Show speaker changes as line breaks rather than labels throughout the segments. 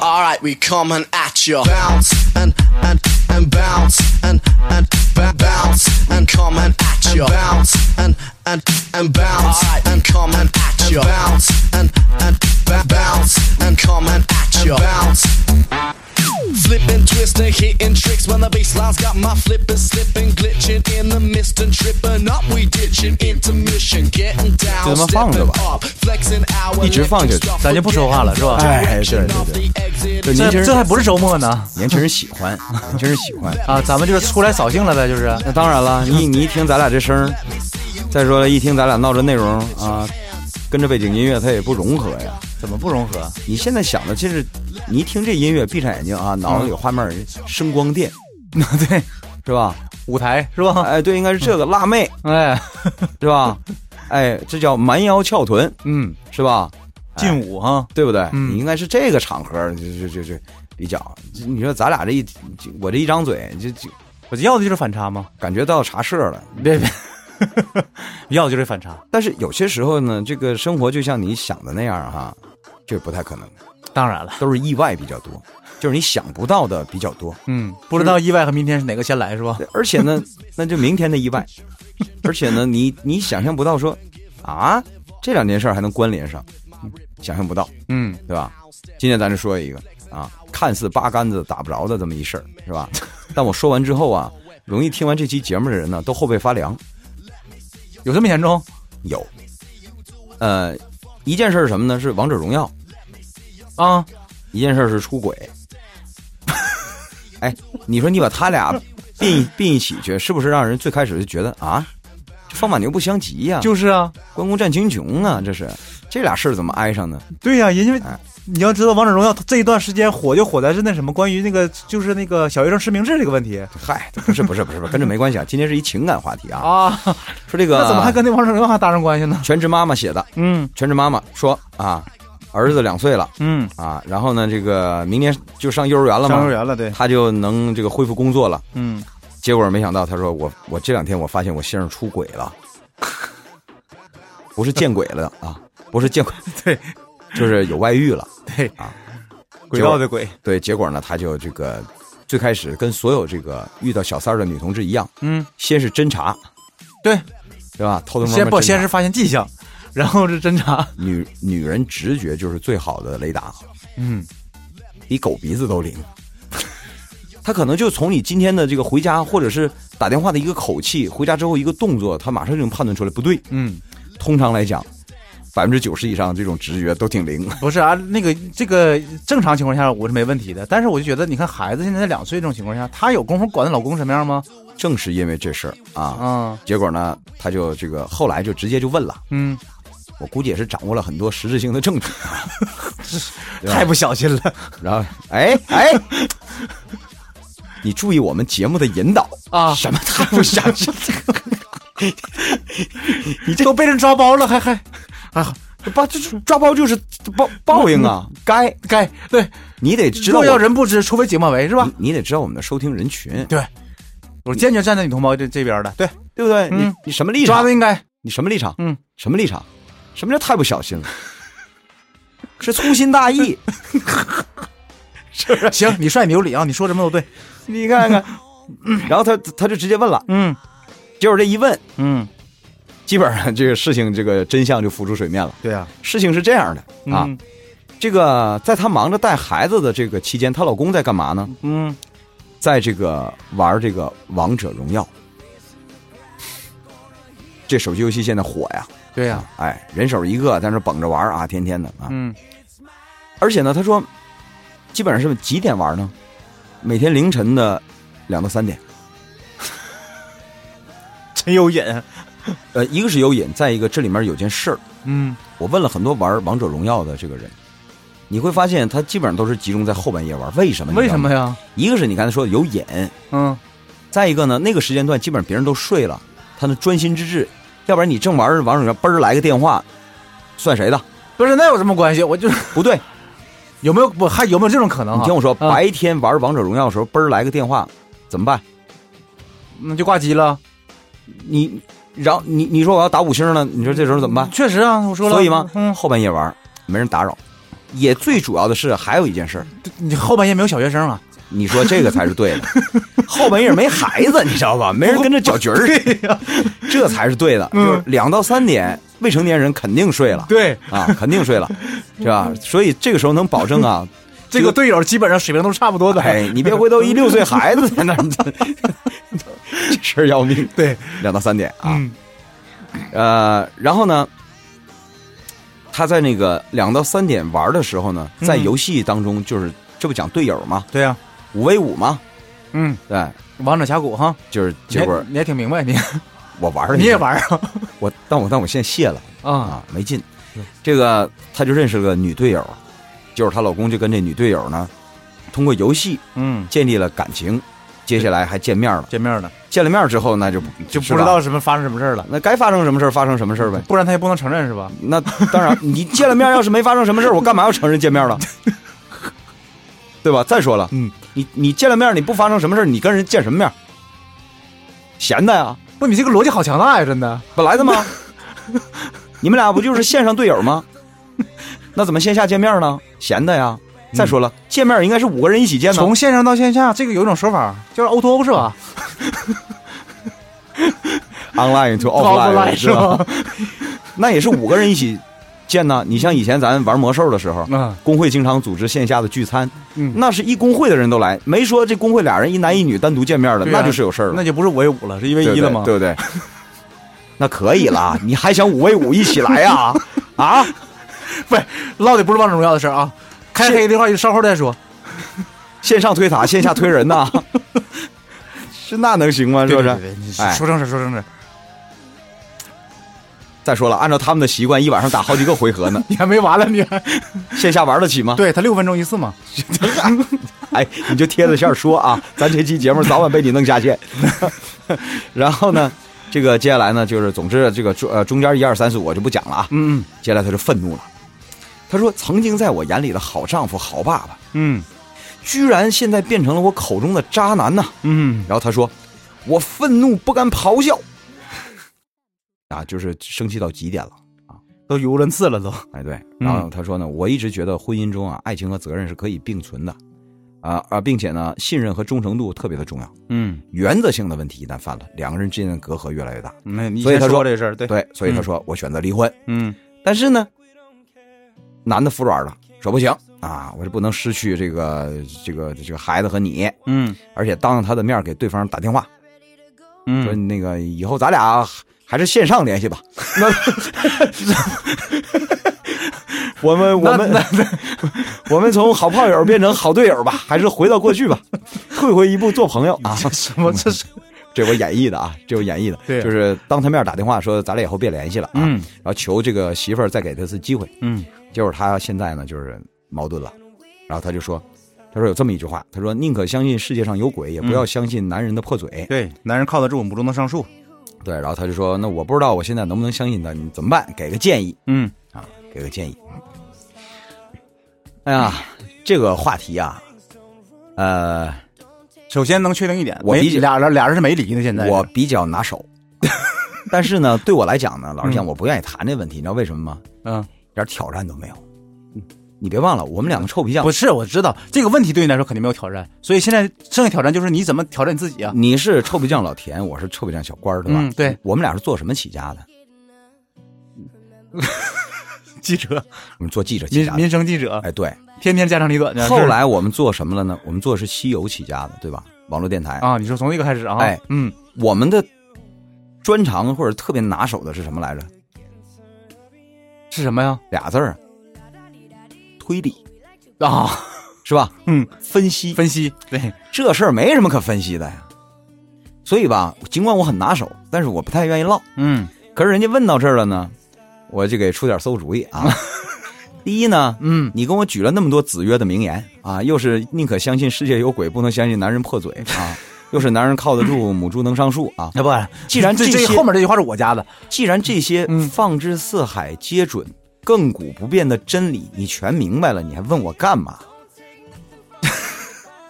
Alright, we coming at you. Bounce and and and bounce and and ba- bounce and coming at you. Bounce and and and bounce and coming at you. Bounce and and ba- bounce and coming at you. Bounce. Flipping, twisting, hitting tricks when the bassline's got my flippers slipping, glitching in the mist and tripping up. We ditching intermission, getting down,
这他妈放着吧。
stepping up, flexing our
一直放着，
咱就不说话了是吧
哎对对
exit
对，就年轻
这
人
这还不是周末呢
年轻人喜欢，年轻人喜欢。
啊！咱们就是出来扫兴了呗，就是
那当然了，你你一听咱俩这声儿，再说了，一听咱俩闹这内容啊，跟着背景音乐它也不融合呀。
怎么不融合？啊
你现在想的就是，你一听这音乐，闭上眼睛啊，脑子里有画面儿，声光电
对，
是吧？
舞台是吧？
哎，对，应该是这个辣妹
哎，
是吧？哎，这叫蛮腰翘臀
嗯，
是吧？
劲舞哈，
对不对？
嗯
你应该是这个场合，就就就就比较，这你说咱俩这一，这我这一张嘴，就就
我要的就是反差嘛，
感觉到茶社了。
别 别，要的就是反差，
但是有些时候呢，这个生活就像你想的那样哈，这不太可能，
当然了，
都是意外比较多，就是你想不到的比较多。
嗯，不知道意外和明天是哪个先来是吧？
对而且呢， 那就明天的意外，而且呢，你你想象不到说啊，这两件事儿还能关联上，想象不到，
嗯，
对吧？今天咱就说一个啊，看似八竿子打不着的这么一事儿，是吧？但我说完之后啊，容易听完这期节目的人呢，都后背发凉。
有这么严重？
有，呃，一件事儿是什么呢？是王者荣耀。
啊，
一件事儿是出轨。 哎，你说你把他俩并一并一起去，是不是让人最开始就觉得啊，这风马牛不相及呀、
就是啊，
关公战秦琼啊，这是这俩事儿怎么挨上呢？
对呀、因为
哎
你要知道，《王者荣耀》这一段时间火就火在是那什么，关于那个就是那个小学生实名制这个问题
嗨，不是不是不是 不是，跟这没关系啊。今天是一情感话题啊，
啊，
说这个
那怎么还跟那《王者荣耀》还搭上关系呢？
全职妈妈写的？
嗯
全职妈妈说啊，儿子两岁了
嗯，
啊，然后呢，这个明年就上幼儿园了
上幼儿
嘛，
园了，对，
他就能这个恢复工作了。
嗯，
结果没想到，他说我我这两天我发现我先生出轨了，不是见鬼了啊，不是见鬼，
对，
就是有外遇了。
对
啊，
轨道的轨，
对，结果呢，他就这个最开始跟所有这个遇到小三儿的女同志一样，
嗯，
先是侦查，
对，
对吧？偷偷摸摸
先不
侦查
先是发现迹象，然后是侦查，
女女人直觉就是最好的雷达，
嗯，
比狗鼻子都灵。 他可能就从你今天的这个回家，或者是打电话的一个口气，回家之后一个动作，他马上就能判断出来不对。
嗯，
通常来讲，百分之九十以上这种直觉都挺灵。
不是啊，那个这个正常情况下我是没问题的，但是我就觉得，你看孩子现在才两岁这种情况下，他有功夫管她老公什么样吗？
正是因为这事儿啊，
啊，
结果呢，他就这个后来就直接就问了，
嗯，
我估计也是掌握了很多实质性的证据，吧
太不小心了，
然后哎哎。 你注意我们节目的引导
啊
什么他不相 信，
你这都被人抓包了，还还啊，
包这这抓包就是报报应啊！该
该对，
你得知道
若
我
嗯要人不知，除非己莫为，是吧？
你，你得知道我们的收听人群，
对，我坚决站在女同胞这这边的，对，
对不对？你
嗯
你什么立
抓
场
的？应该，
你什么立场？
嗯，
什么立场？什么叫太不小 心了？是粗心大意。
行，你帅你有理啊，你说什么都对，
你看看，嗯然后他他就直接问了，
嗯
结果这一问，
嗯，
基本上这个事情这个真相就浮出水面了。
对啊，
事情是这样的啊，
嗯
这个在她忙着带孩子的这个期间，她老公在干嘛呢？
嗯，
在这个玩这个王者荣耀。这手机游戏现在火呀，
对啊呀，
哎，人手一个，在那捧着玩啊，天天的啊。
嗯
而且呢，他说，基本上是几点玩呢？每天凌晨的两到三点。
真有瘾，
呃，一个是有瘾，再一个这里面有件事儿，
嗯
我问了很多玩王者荣耀的这个人，你会发现他基本上都是集中在后半夜玩，为什么？
为什么
呀？
呀？
一个是你刚才说的有瘾，
嗯
再一个呢，那个时间段基本上别人都睡了，他能专心致志，要不然你正玩着王者荣耀，嘣儿来个电话，算谁的？
不是，那有什么关系？我就是
不对，
有没有不还有没有这种可能、啊？
你听我说，
啊
白天玩王者荣耀的时候，嘣儿来个电话，怎么办？
那就挂机了。
你，然后你你说我要打五星呢，你说这时候怎么办？
嗯确实啊，我说了，
所以嘛，
嗯
后半夜玩，没人打扰，也最主要的是还有一件事儿，
你后半夜没有小学生啊？
你说这个才是 对的。后半夜没孩子，你知道吧？没人跟着搅局儿，
啊
这才是对的。
嗯
就是两到三点，未成年人肯定睡了，
对，
啊，肯定睡了，是吧？所以这个时候能保证啊，
这个队友基本上水平都是差不多的。
哎，你别回头一六岁孩子在那儿， 这事儿要命。
对，
两到三点啊，
嗯
呃，然后呢，他在那个两到三点玩的时候呢，在
嗯
游戏当中就是、这不讲队友嘛，
对呀，
五 v 五嘛，
嗯，
对，
王者峡谷哈，
就是结果
你也你也挺明白，你
我玩了一
你也
阵
玩啊？
我但我但我现在卸了
啊，
啊，没劲。这个她就认识了个女队友，就是她老公就跟这女队友呢，通过游戏
嗯，
建立了感情，接下来还见面了。
见面了
见了面之后，那就
就不
是吧
知道什么发生什么事儿了，
那该发生什么事儿发生什么事儿 呗。
不然他也不能承认是吧？
那当然，你见了面要是没发生什么事儿，我干嘛要承认见面 了？对吧？再说了，
嗯，
你你见了面你不发生什么事儿，你跟人见什么面？闲的呀，
不，你这个逻辑好强大呀，真的。
本来的 吗？你们俩不就是线上队友吗？那怎么线下见面呢？闲的呀。再说了，
嗯
见面应该是五个人一起见的。
从线上到线下，这个有一种说法叫 O to O 是吧
online to
是吧？
那也是五个人一起见呢。你像以前咱玩魔兽的时候，
嗯
工会经常组织线下的聚餐，
嗯
那是一工会的人都来，没说这工会俩人一男一女单独见面的，
对啊
那就是有事儿了，
那就不是五 v 五了，是一 v
对
一
不对
了吗？
对不 对？那可以 了，你还想五 v 五一起来呀？啊，
不是，唠的不是王者荣耀的事儿啊。开黑的话，就稍后再说。
线上推塔，线下推人呐， 是那能行吗？是不
对
是？
对对你
哎
说正事儿，说正事儿，，
再说了，按照他们的习惯，一晚上打好几个回合呢
你还没完了，你还
线下玩得起吗？
对他六分钟一次嘛？
哎，你就贴着线儿说啊，咱这期节目早晚被你弄下线。 然后呢，这个接下来呢，就是总之这个中呃中间一二三四我就不讲了啊。
嗯
接下来他就愤怒了，他说：“曾经在我眼里的好丈夫、好爸爸，
嗯
居然现在变成了我口中的渣男呐、
嗯
然后他说：“我愤怒不甘咆哮，啊，就是生气到极点了。”
都语无伦次了都。
哎，对，
嗯
然后他说呢，我一直觉得婚姻中啊，爱情和责任是可以并存的，啊啊，并且呢，信任和忠诚度特别的重要。
嗯，
原则性的问题一旦犯了，两个人之间的隔阂越来越大。
那你
所以
先
他说
这个事儿，对
对，所以他
嗯
说、我选择离婚。
嗯
但是呢，男的服软了，说不行啊，我这不能失去这个这个这个孩子和你，
嗯
而且当着他的面给对方打电话，说
嗯，
那个以后咱俩还是线上联系吧。那 我们我们 我们从好炮友变成好队友吧，还是回到过去吧，退回一步做朋友啊！
什么这是？
这我演绎的啊，这我演绎的，
对
就是当他面打电话说咱俩以后别联系了啊，
嗯
然后求这个媳妇儿再给他一次机会。
嗯
结果他现在呢就是矛盾了，然后他就说，他说有这么一句话，他说宁可相信世界上有鬼，也
嗯
不要相信男人的破嘴。
对，男人靠得住，母猪能上树。
对，然后他就说：“那我不知道我现在能不能相信他，你怎么办？给个建议
嗯，
啊，给个建议。”哎呀，这个话题啊，呃，
首先能确定一点，
我
没
理解
俩人俩人是没离的，现在
我比较拿手， 但是呢，对我来讲呢，老实讲，
嗯
我不愿意谈这问题，你知道为什么吗？
嗯，
一点挑战都没有。嗯你别忘了，我们两个臭皮匠
不，是，我知道这个问题对你来说肯定没有挑战，所以现在剩下挑战就是你怎么挑战你自己啊？
你是臭皮匠老田，我是臭皮匠小官儿，对吧？
嗯对，
我们俩是做什么起家的？
记者，
我们做记者起
民
家的。
民生记者，
哎，对，
天天家长里短的。
后
是
来我们做什么了呢？我们做的是西游起家的，对吧？网络电台
啊，你说从这个开始啊？
哎，
嗯，
我们的专长或者特别拿手的是什么来着？
是什么呀？
俩字儿，推理，
啊，
是吧？
嗯，
分析，
分析，对，
这事儿没什么可分析的呀。所以吧，尽管我很拿手，但是我不太愿意唠。
嗯
可是人家问到这儿了呢，我就给出点馊主意 啊。第一呢，
嗯，
你跟我举了那么多子曰的名言啊，又是宁可相信世界有鬼，不能相信男人破嘴 啊，又是男人靠得住，母猪能上树啊。
要不然，
既然
这
这些
后面这句话是我加的，
既然这些
嗯
放之四海皆准、亘古不变的真理你全明白了，你还问我干嘛？
啊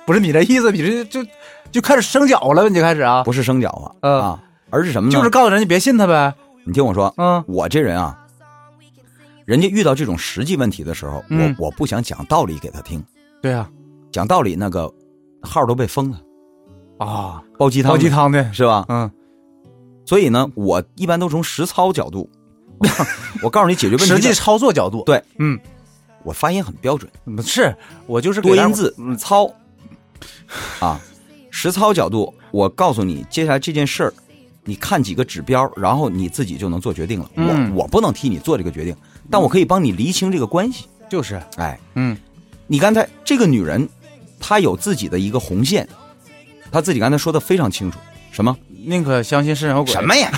不是你这意思，你这就就开始生搅了，你就开始啊，
不是生搅和、
呃
啊，而是什么呢？
就是告诉人家别信他呗，
你听我说，
嗯
我这人啊，人家遇到这种实际问题的时候，
嗯
我我不想讲道理给他听，
对啊，
讲道理那个号都被封了，
啊，
煲鸡汤，
煲鸡，汤的，
是吧？
嗯，
所以呢，我一般都从实操角度，我告诉 你解决问题的，
实际操作角度，
对，
嗯，
我发音很标准，
是我就是给
多
大
音
伙
字操啊，实操角度，我告诉你，接下来这件事儿，你看几个指标，然后你自己就能做决定了。
嗯
我我不能替你做这个决定，但我可以帮你厘清这个关系。
就是，
哎，
嗯
你刚才这个女人，她有自己的一个红线，她自己刚才说的非常清楚，什么
宁可相信是人和鬼，
什么呀？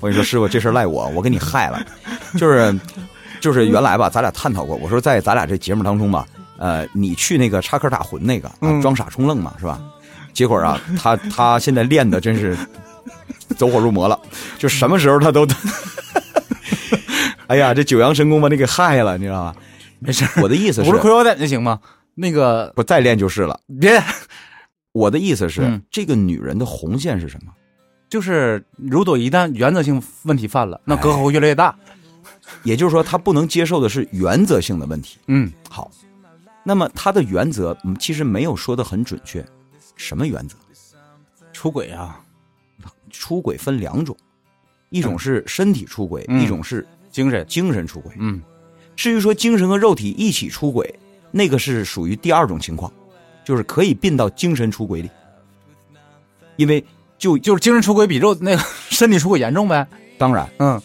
我跟你说，师傅，这事儿赖我，我给你害 了。就是就是原来吧，咱俩探讨过，我说在咱俩这节目当中吧，呃，你去那个插科打诨那个、啊
嗯
装傻充愣嘛，是吧？结果啊，他他现在练的真是走火入魔了，就什么时候他都， 哎呀，这九阳神功把你给害了，你知道吧？
没事儿，
我的意思
不
是，
是亏我点就行吗？那个
不再练就是了。
别，
我的意思是，
嗯
这个女人的红线是什么？
就是如果一旦原则性问题犯了，那隔阂会越来越大。
也就是说，她不能接受的是原则性的问题。
嗯，
好，那么她的原则嗯其实没有说的很准确，什么原则？
出轨啊，
出轨分两种，一种是身体出轨，
嗯
一种是呃
精神，
精神出轨。
嗯，
至于说精神和肉体一起出轨，那个是属于第二种情况，就是可以并到精神出轨里，因为就
就是精神出轨比肉那个 身体出轨严重呗。
当然。
嗯，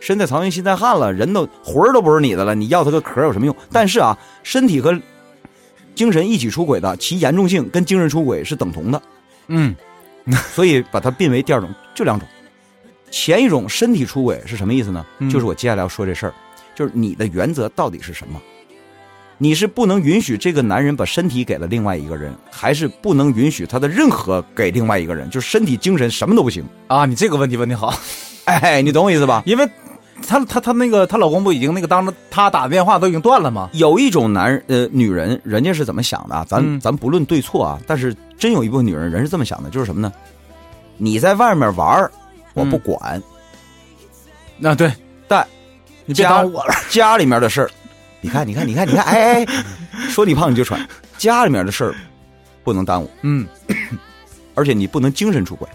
身在曹营心在汉了，人都魂儿都不是你的了，你要他个壳儿有什么用？但是啊，身体和精神一起出轨的，其严重性跟精神出轨是等同的，
嗯，
所以把它并为第二种，就两种。前一种身体出轨是什么意思呢？
嗯
就是我接下来要说这事儿，就是你的原则到底是什么？你是不能允许这个男人把身体给了另外一个人，还是不能允许他的任何给另外一个人？就是身体、精神什么都不行。
啊，你这个问题问的好，
哎，你懂我意思吧？
因为她她她那个她老公不已经那个当着她打的电话都已经断了吗？
有一种男人呃女人，人家是怎么想的啊？咱、
嗯
咱不论对错啊，但是真有一部分女人，人是这么想的，就是什么呢？你在外面玩儿我
嗯
不管，
啊，对，
但
你别
家
耽误我了。
家里面的事儿，你看，你看，你看，你看，哎哎，哎说你胖你就喘，家里面的事儿不能耽误，
嗯
而且你不能精神出轨。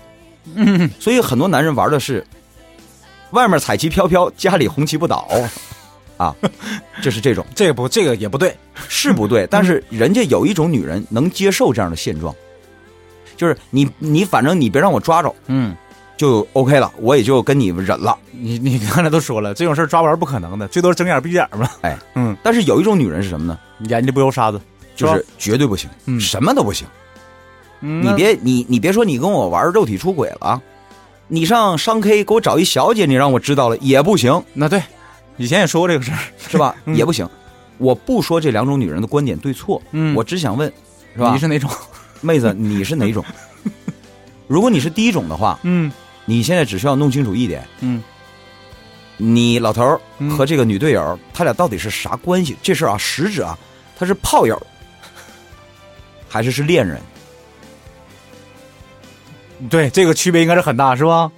嗯，
所以很多男人玩的是外面彩旗飘飘，家里红旗不倒，啊，这是这种
这个不这个也不对。
是不对，但是人家有一种女人能接受这样的现状，就是你你反正你别让我抓着
嗯，
就 OK 了，我也就跟你忍了。
你你刚才都说了，这种事儿抓玩不可能的，最多是睁眼闭眼嘛。
但是有一种女人是什么呢？
眼睛不揉沙子，
就是
吧
是绝对不行，
嗯
什么都不行。
你
你别你你别说你跟我玩肉体出轨了啊，你上商 K 给我找一小姐，你让我知道了也不行，
那对，以前也说过这个事儿，
是吧？也不行。我不说这两种女人的观点对错，
嗯
我只想问，是吧
你？是哪种？
妹子，你是哪种？ 如果你是第一种的话，
嗯
你现在只需要弄清楚一点，
嗯
你老头儿
嗯
和这个女队友，他俩到底是啥关系？这事儿啊，实质啊，他是炮友，还是是恋人？
对，这个区别应该是很大，是吧？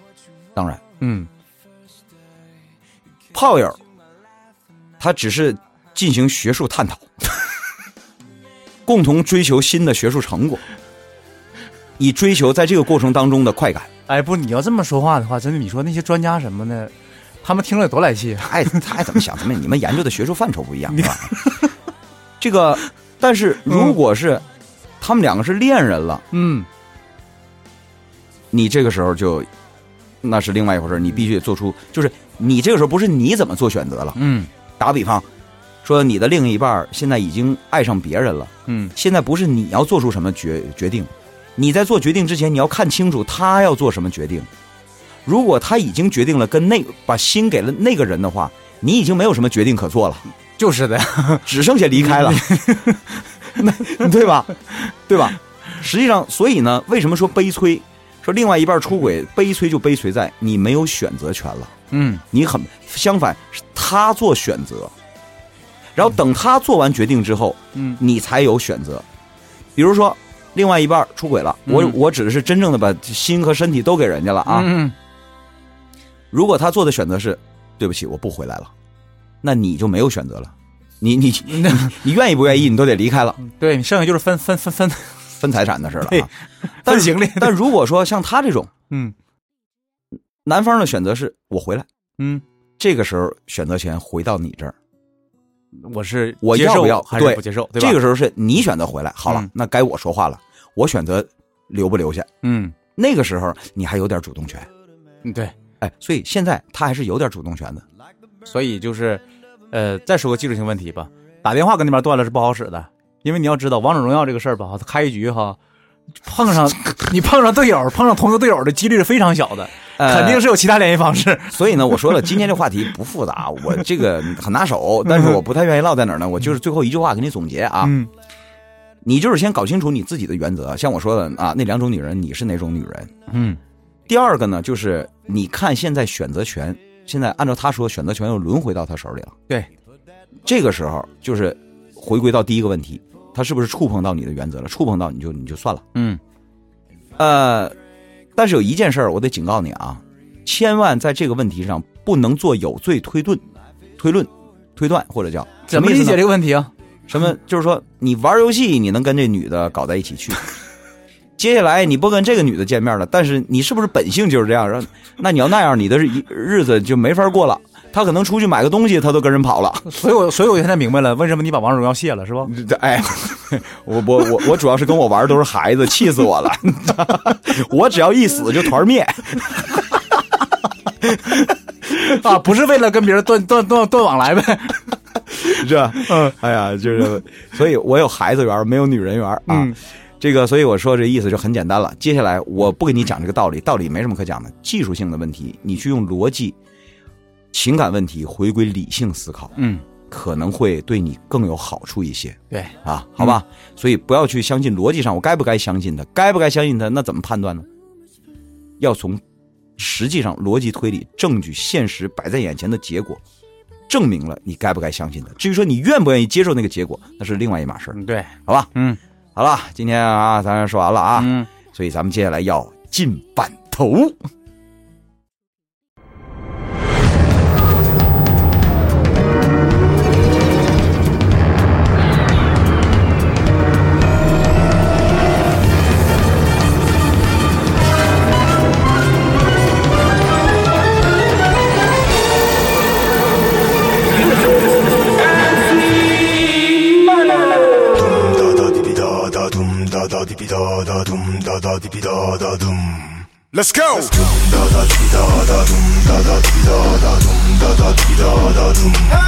当然，
嗯
炮友，他只是进行学术探讨，共同追求新的学术成果，以追求在这个过程当中的快感。
哎，不，你要这么说话的话，真的，你说那些专家什么的，他们听了得多来气啊！
他爱哎他爱怎么想怎么，你们研究的学术范畴不一样，是吧？这个，但是如果是、他们两个是恋人了。
嗯，
你这个时候就那是另外一回事儿你必须得做出，就是你这个时候不是你怎么做选择了。
嗯
打比方，说你的另一半儿现在已经爱上别人了，
嗯
现在不是你要做出什么决决定，你在做决定之前，你要看清楚他要做什么决定。如果他已经决定了跟那把心给了那个人的话，你已经没有什么决定可做了，
就是的，
只剩下离开了，那对吧？对吧？实际上，所以呢，为什么说悲催？说另外一半出轨，悲催就悲催在你没有选择权了，
嗯
你很相反，是他做选择，然后等他做完决定之后，
嗯
你才有选择。比如说，另外一半出轨了，我
嗯
我指的是真正的把心和身体都给人家了啊。
嗯
如果他做的选择是对不起，我不回来了，那你就没有选择了。你 你你你愿意不愿意，你都得离开了，
对，剩下就是分分分分，
分财产的事了、
对
啊。但
分行李
但如果说像他这种
嗯
男方的选择是我回来，
嗯，
这个时候选择权回到你这儿，
我是
我
接
要
受
不要
还是
对
不接受，对吧？
这个时候是你选择回来，好了，
嗯
那该我说话了，我选择留不留下。
嗯
那个时候你还有点主动权，
嗯对，
哎，所以现在他还是有点主动权的。
所以就是，呃，再说个技术性问题吧，打电话跟那边断了是不好使的，因为你要知道王者荣耀这个事儿吧，它开一局哈，碰 上你碰上队友，碰上同游队友的几率是非常小的，
呃
肯定是有其他联系方式。
所以呢，我说了，今天这话题不复杂，我这个很拿手，但是我不太愿意落在哪儿 呢？我就是最后一句话给你总结啊，
嗯
你就是先搞清楚你自己的原则。像我说的啊，那两种女人，你是哪种女人？
嗯
第二个呢，就是你看现在选择权，现在按照他说，选择权又轮回到他手里了。
对，
这个时候就是回归到第一个问题，他是不是触碰到你的原则了？触碰到你就你就算了。
嗯
呃，但是有一件事儿，我得警告你啊，千万在这个问题上不能做有罪推论、推论、推断，或者叫
怎么理解
这
这个问题啊？
什 么？就是说，你玩游戏，你能跟这女的搞在一起 去，接下来你不跟这个女的见面了，但是你是不是本性就是这样？然后那你要那样，你的日日子就没法过了。她可能出去买个东西，她都跟人跑了。
所以我所以我现在明白了，为什么你把王者荣耀卸了是吧？
哎，我我我我主要是跟我玩的都是孩子，气死我了！ 我只要一死就团灭。
啊，不是为了跟别人断断断断往来呗？
是吧？嗯，哎呀，就是，所以我有孩子缘儿，没有女人缘儿啊。
嗯
这个，所以我说这意思就很简单了。接下来我不跟你讲这个道理，道理没什么可讲的，技术性的问题，你去用逻辑、情感问题回归理性思考，
嗯，
可能会对你更有好处一些
对，
啊，好吧？
嗯
所以不要去相信逻辑上，我该不该相信他，该不该相信他，那怎么判断呢？要从实际上逻辑推理、证据、现实摆在眼前的结果，证明了你该不该相信他。至于说你愿不愿意接受那个结果，那是另外一码事儿，
嗯对，
好吧？
嗯
好了，今天啊，咱说完了啊，
嗯。
所以咱们接下来要进版头。
Dum da da di bi da da dum da da di bi da da dum da da di bi da da dum. Let's go. Dum da da di bi da da dum da da di bi da da dum da da di bi da da dum.